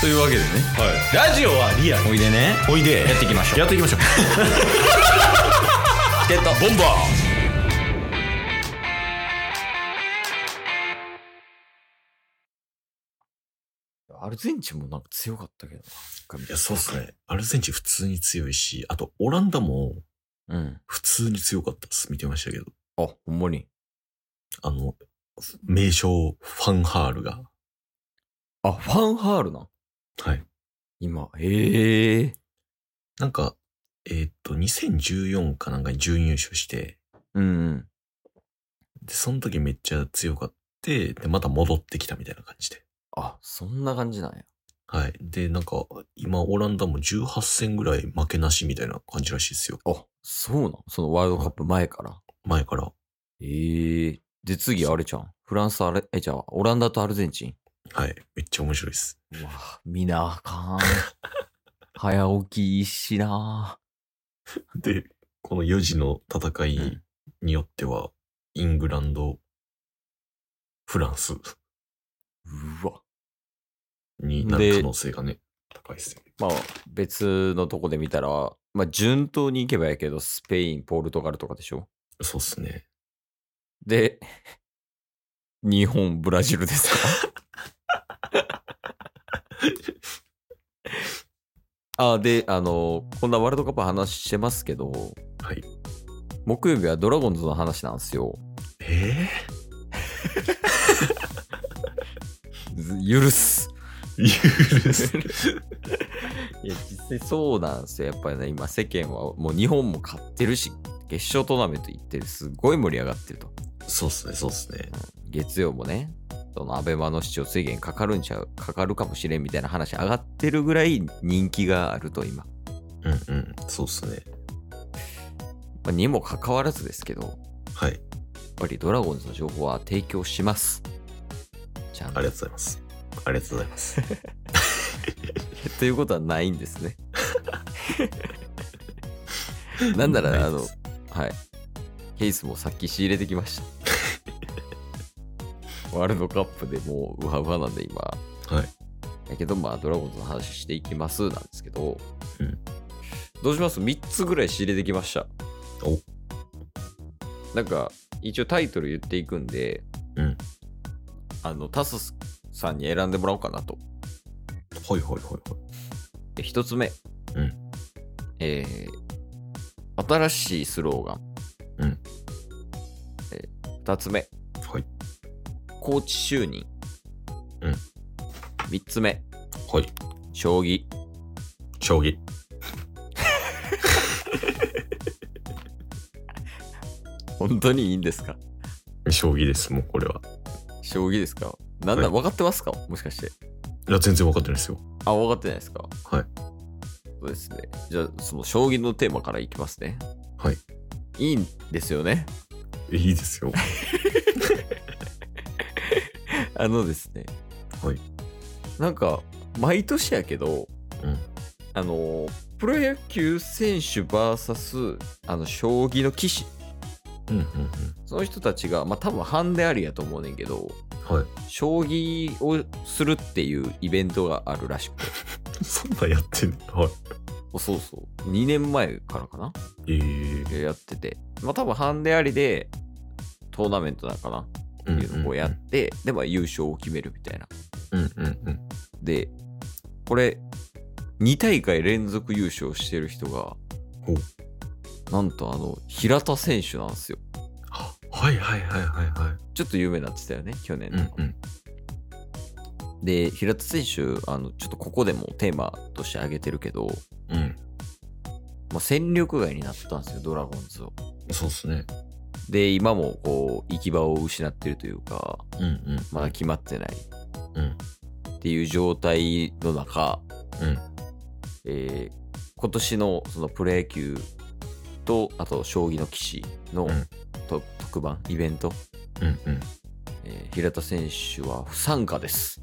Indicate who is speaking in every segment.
Speaker 1: というわけでね
Speaker 2: ラジオはリアル
Speaker 1: おいでね
Speaker 2: おいで
Speaker 1: やっていきましょう
Speaker 2: やっていきましょう
Speaker 1: チケットボンバーアルゼンチンもなんか強かったけど
Speaker 3: いや、そうっすね。アルゼンチン普通に強いし、あとオランダも
Speaker 1: な。うん。
Speaker 3: 普通に強かったっす。見てましたけど。
Speaker 1: あ、ほんまに。
Speaker 3: あの、名将ファンハールが。
Speaker 1: あ、ファンハールな。
Speaker 3: はい。
Speaker 1: 今。へえ。
Speaker 3: なんか、えーっと、2014かなんかに準優勝して、
Speaker 1: うん。
Speaker 3: で、その時めっちゃ強かって、で、また戻ってきたみたいな感じで。
Speaker 1: あ、そんな感じなんや。
Speaker 3: はい。で、なんか、今オランダも18戦ぐらい負けなしみたいな感じらしいですよ。
Speaker 1: あ、そうなんそのワールドカップ前から。
Speaker 3: 前から。
Speaker 1: へえ。で、次あれじゃん。フランスあれ、え、じゃあ、オランダとアルゼンチン。
Speaker 3: はい。めっちゃ面白いです。
Speaker 1: うわ、見なあか ん。早起きいいしな
Speaker 3: で、この4時の戦いによっては、イングランド、フランス
Speaker 1: うわ。
Speaker 3: にな
Speaker 1: で
Speaker 3: る可能性がね、高いですね。
Speaker 1: まあ、別のとこで見たら、まあ、順当に行けばやけど、スペイン、ポルトガルとかでしょ。
Speaker 3: そうっすね。
Speaker 1: で、日本、ブラジルですかあ、で、あの、こんなワールドカップ話してますけど、
Speaker 3: はい。
Speaker 1: 木曜日はドラゴンズの話なんですよ。
Speaker 3: え
Speaker 1: ず許す。
Speaker 3: ぇ、ー、許す。
Speaker 1: いや、実際そうなんですよ。やっぱりね、今世間はもう日本も勝ってるし、決勝トーナメント行ってすごい盛り上がってると。
Speaker 3: そうっすね、そうっすね。
Speaker 1: 月曜もね、そのアベマの視聴制限かかるんちゃう、かかるかもしれんみたいな話上がってるぐらい人気があると今。
Speaker 3: うんうん、そうっすね。
Speaker 1: まあ、にもかかわらずですけど、やっ
Speaker 3: はい。
Speaker 1: ぱりドラゴンズの情報は提供します。ちゃん
Speaker 3: あ
Speaker 1: と。
Speaker 3: りがとうございます。ありがとうござい ます。
Speaker 1: ということはないんです ね。なんなら、あ
Speaker 3: ない
Speaker 1: の
Speaker 3: で、
Speaker 1: はい。ケースもさっき仕入れてきま した。ワールドカップでもう、うわうわなんで今。
Speaker 3: はい。
Speaker 1: やけど、まあ、ドラゴンズの話していきますなんですけど、
Speaker 3: うん
Speaker 1: どうします ?3 つぐらい仕入れてきました。
Speaker 3: お
Speaker 1: なんか、一応タイトル言っていくんで、
Speaker 3: うん
Speaker 1: あの、タスさんに選んでもらおうかなと。
Speaker 3: ほいほいほいほい。
Speaker 1: で一つ目、
Speaker 3: うん
Speaker 1: えー新しいスローガン、
Speaker 3: うん
Speaker 1: えー二つ目、
Speaker 3: はい
Speaker 1: コーチ就任、
Speaker 3: うん
Speaker 1: 三つ目
Speaker 3: はい。
Speaker 1: 将棋
Speaker 3: 将棋。
Speaker 1: 本当にいいんですか
Speaker 3: 将棋です、もうこれは。
Speaker 1: 将棋ですかなんだ、
Speaker 3: はい
Speaker 1: 分かってますかもしかして
Speaker 3: いや、全然わかってないですよ。
Speaker 1: あ分かってないですか
Speaker 3: はい
Speaker 1: そうですねじゃあその将棋のテーマからいきますね
Speaker 3: はい
Speaker 1: いいんですよね
Speaker 3: いいですよ。
Speaker 1: あのですね。
Speaker 3: はい。
Speaker 1: なんか、毎年やけど、
Speaker 3: うん
Speaker 1: あの、プロ野球選手 VS、あの、将棋の棋士。
Speaker 3: うんうん
Speaker 1: その人たちが、まあ多分ハンデありやと思うねんけど、
Speaker 3: うん。はい。
Speaker 1: 将棋をするっていうイベントがあるらしくて。
Speaker 3: そんなんやってんのはい。
Speaker 1: そうそう。2年前からかな
Speaker 3: えー。
Speaker 1: やってて。まあ多分ハンデありで、トーナメントだかな
Speaker 3: う
Speaker 1: っていうのをやって、で、まあ優勝を決めるみたいな。
Speaker 3: うんうんうん。
Speaker 1: で、これ、2大会連続優勝してる人が
Speaker 3: ほ、
Speaker 1: なんとあの、平田選手なんですよ。
Speaker 3: ははいはいはいはいはい。
Speaker 1: ちょっと有名になってたよね、去年
Speaker 3: う
Speaker 1: と
Speaker 3: ん
Speaker 1: か
Speaker 3: うん。
Speaker 1: で、平田選手、あの、ちょっとここでもテーマとして挙げてるけど、
Speaker 3: うん。
Speaker 1: まあ、戦力外になったんですよ、ドラゴンズを。
Speaker 3: そうっすね。
Speaker 1: で、今もこう、行き場を失ってるというか、
Speaker 3: うんうん。
Speaker 1: まだ決まってない
Speaker 3: うん。
Speaker 1: っていう状態の中、
Speaker 3: うん
Speaker 1: えー今年のそのプロ野球とあと将棋の棋士の
Speaker 3: うん
Speaker 1: と、特番イベント、
Speaker 3: うんうん。
Speaker 1: えー平田選手は不参加です。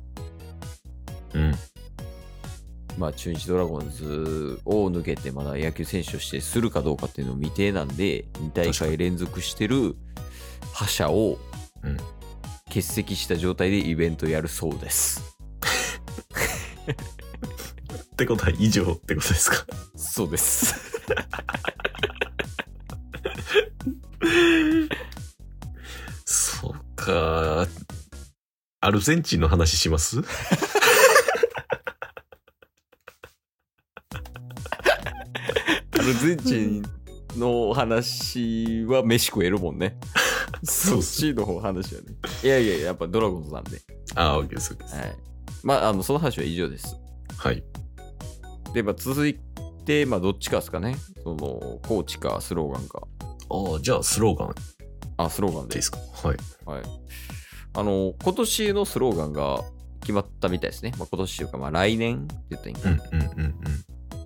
Speaker 3: うん。
Speaker 1: まあ、中日ドラゴンズを抜けてまだ野球選手としてするかどうかっていうのを未定なんで2大
Speaker 3: 確か
Speaker 1: 会連続してる覇者を
Speaker 3: うん
Speaker 1: 欠席した状態でイベントやるそうです。
Speaker 3: ってことは以上ってことですか
Speaker 1: そうです。
Speaker 3: そうか。アルゼンチンの話します
Speaker 1: アルゼンチンの話は飯食えるもんね。
Speaker 3: そうっす
Speaker 1: そっちの方話やね。いやいや、やっぱドラゴンズなんで。
Speaker 3: ああ、OK です。OK です
Speaker 1: はい。まあ、あの、その話は以上です。
Speaker 3: はい。
Speaker 1: で、まあ、続いて、まあ、どっちかですかね。その、コーチかスローガンか。
Speaker 3: ああ、じゃあスローガン
Speaker 1: あ、スローガンで
Speaker 3: ですか。はい。
Speaker 1: はい。あの、今年のスローガンが決まったみたいですね。まあ、今年というか、まあ、来年って言ったらいいん
Speaker 3: う
Speaker 1: か
Speaker 3: ん
Speaker 1: な
Speaker 3: うんうんう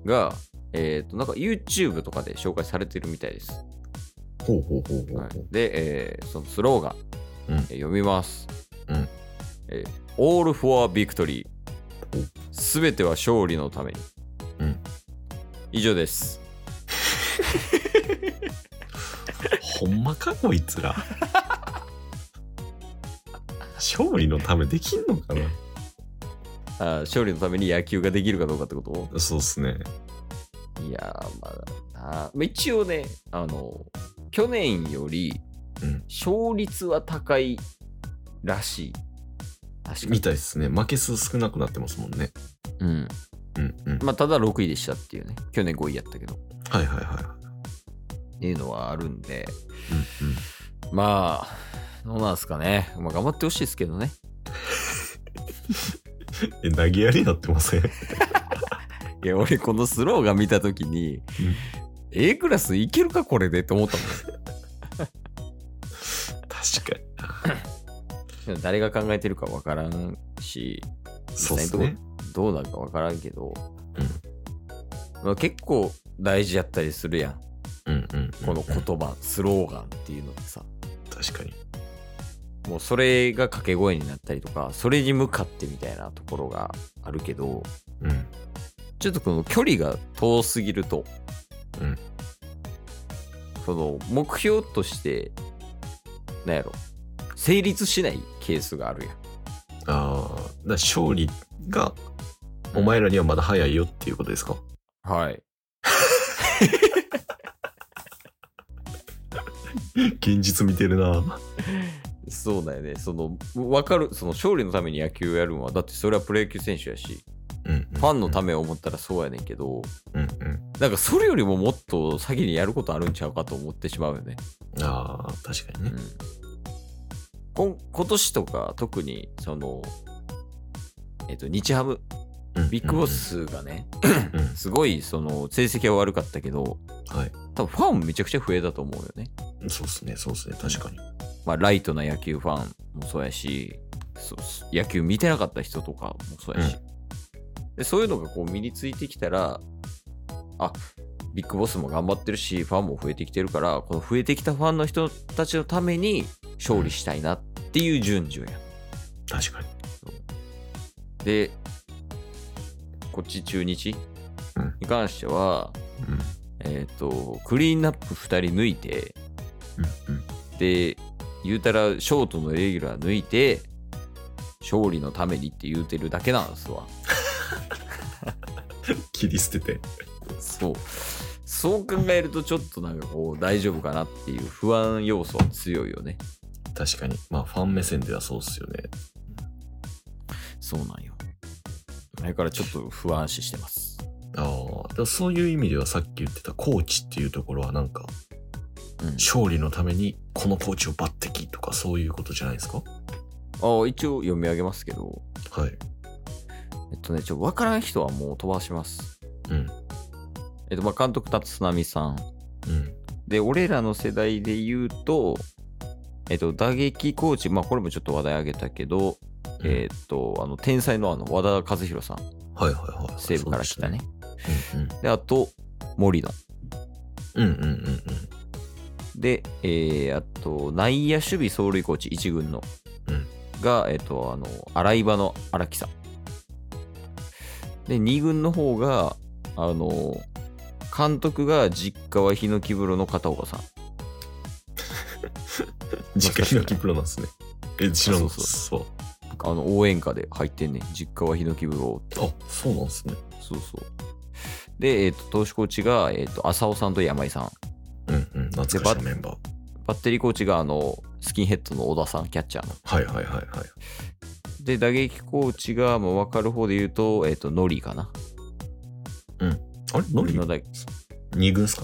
Speaker 3: ん。
Speaker 1: が、えっ、と、なんか YouTube とかで紹介されてるみたいです。
Speaker 3: ほうほうほうほうほう。
Speaker 1: はい、で、えーそのスローガン、
Speaker 3: うん
Speaker 1: えー読みます。
Speaker 3: うん
Speaker 1: えー All for Victory
Speaker 3: お。
Speaker 1: すべては勝利のために。
Speaker 3: うん
Speaker 1: 以上です。
Speaker 3: ほんまかこい つら。勝利のためできんのかな
Speaker 1: あー勝利のために野球ができるかどうかってこと
Speaker 3: そうっすね。
Speaker 1: いやー、まだなまあ。一応ね、あの、去年より
Speaker 3: うん
Speaker 1: 勝率は高いらしい。確か
Speaker 3: みたいですね。負け数少なくなってますもんね。
Speaker 1: うん。
Speaker 3: うんうん。
Speaker 1: まあ、ただ6位でしたっていうね。去年5位やったけど。っ
Speaker 3: はいはいはい。
Speaker 1: ていうのはあるんで、
Speaker 3: うんうん。
Speaker 1: まあ、どうなんですかね。まあ、頑張ってほしいですけどね。
Speaker 3: え、投げやりになってま せん
Speaker 1: いや、俺、このスローガン見たときに、A クラスいけるか、これでって思った
Speaker 3: 確かに。
Speaker 1: もん。誰が考えてるかわからんし、
Speaker 3: そうっすね。
Speaker 1: どうなるかわからんけど、
Speaker 3: う
Speaker 1: まあ、結構大事やったりするやん。
Speaker 3: んうんうん。
Speaker 1: この言葉、スローガンっていうのってさ。
Speaker 3: 確かに。
Speaker 1: もうそれが掛け声になったりとか、それに向かってみたいなところがあるけど、
Speaker 3: うん。
Speaker 1: ちょっとこの距離が遠すぎると、
Speaker 3: うん
Speaker 1: その目標として、なんやろ、成立しないケースがあるやん。
Speaker 3: ああ、だから勝利が、お前らにはまだ早いよっていうことですか
Speaker 1: はい。
Speaker 3: 現実見てるな。
Speaker 1: そうだよね。その、わかる、その勝利のために野球をやるのは、だってそれはプロ野球選手やし、
Speaker 3: うんうん、
Speaker 1: ファンのためを思ったらそうやねんけど、
Speaker 3: め。うんうん。
Speaker 1: なんかそれよりももっと先にやることあるんちゃうかと思ってしまうよね。
Speaker 3: ああ、確かにね。
Speaker 1: こん今年とか特にそのえっと日ハム
Speaker 3: うん
Speaker 1: ビッグボ。スがね、
Speaker 3: うんうん
Speaker 1: すごいその成績は悪かったけど
Speaker 3: はい。
Speaker 1: 多分ファンめちゃくちゃ増えたと思うよね、
Speaker 3: そうっすね、そうっすね、確かに。
Speaker 1: まあ、ライトな野球ファンもそうやしそうす野球見てなかった人とかもそうやし、でそういうのがこう身についてきたらあビッグボスも頑張ってるしファンも増えてきてるからこの増えてきたファンの人たちのために勝利したいなっていう順序や
Speaker 3: 確かに。
Speaker 1: で、こっち中日
Speaker 3: うん
Speaker 1: に関しては、
Speaker 3: うん。
Speaker 1: えっ、と、クリーンナップ2人抜いて、
Speaker 3: うんうん。
Speaker 1: で、言うたらショートのレギュラー抜いて、勝利のためにって言うてるだけなんですわ。
Speaker 3: 切り捨てて。
Speaker 1: そう。そう考えるとちょっとなんかこう大丈夫かなっていう不安要素は強いよね。
Speaker 3: 確かに。まあ、ファン目線ではそうっすよね。
Speaker 1: そうなんよ。前からちょっと不安視してます。
Speaker 3: ああ、だからそういう意味ではさっき言ってたコーチっていうところはなんか、
Speaker 1: うん、
Speaker 3: 勝利のためにこのコーチを抜擢とかそういうことじゃないですか
Speaker 1: あ一応読み上げますけど、
Speaker 3: はい。
Speaker 1: えっとね、ちょ、わからん人はもう飛ばします。
Speaker 3: うん。
Speaker 1: えっと、まあ監督、立浪さん。
Speaker 3: うん。
Speaker 1: で、俺らの世代で言うと、えっと、打撃コーチ、まあ、これもちょっと話題あげたけど、えっと、あの、天才のあの、和田和弘さん、
Speaker 3: はいはいはい。
Speaker 1: 西武から来たね。
Speaker 3: そうでしたね。
Speaker 1: で、あと、森野。
Speaker 3: うんうん。うんうんうん
Speaker 1: で、えー、あと、内野守備走塁コーチ、一軍の。
Speaker 3: うん
Speaker 1: が、えっと、あの、洗い場の荒木さん。で、二軍の方が、あの、監督が実家は檜風呂の片岡さん。
Speaker 3: うん。実家ひのきプロなんですね。え、知らん
Speaker 1: あ
Speaker 3: そう
Speaker 1: そう
Speaker 3: そう。僕
Speaker 1: あの応援歌で入ってんねん実家はヒノキ風呂
Speaker 3: あ、そうなんですね。
Speaker 1: そうそうで、えっと投手コーチが、えっと浅尾さんと山井さん
Speaker 3: うんうん。懐かしいメンバー。
Speaker 1: バッテリーコーチがあのスキンヘッドの小田さんキャッチャーの
Speaker 3: はいはいはいはい。
Speaker 1: で打撃コーチが、まあ、分かる方で言うと,、えっとノリかな
Speaker 3: あれノリ
Speaker 1: の打
Speaker 3: 二軍ですか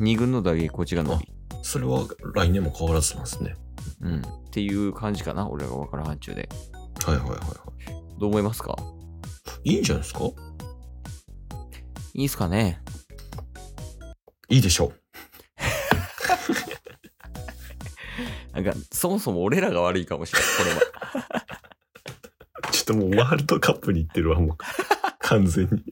Speaker 1: 2軍の打撃コーチがノリ
Speaker 3: それは来年も変わらずなんですね。
Speaker 1: うん、っていう感じかな俺らが分からん範疇で
Speaker 3: はいはいはいは
Speaker 1: どう思いますか
Speaker 3: い。いいんじゃないですか
Speaker 1: いいっすかね
Speaker 3: いいでしょ
Speaker 1: なんかそもそも俺らが悪いかもしれない これは
Speaker 3: う。ちょっともうワールドカップに行ってるわ、もう。完全 に。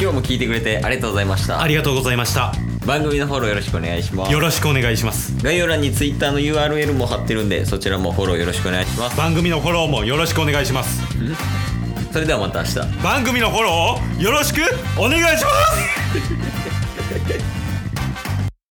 Speaker 1: 今日も聞いてくれてありがとうございました
Speaker 2: ありがとうございました。
Speaker 1: 番組のフォローよろしくお願いします
Speaker 2: よろしくお願いします。
Speaker 1: 概要欄に Twitter の URL も貼ってるんでそちらもフォローよろしくお願いします
Speaker 2: 番組のフォローもよろしくお願いします。
Speaker 1: それではまた明日
Speaker 2: 番組のフォローをよろしくお願いします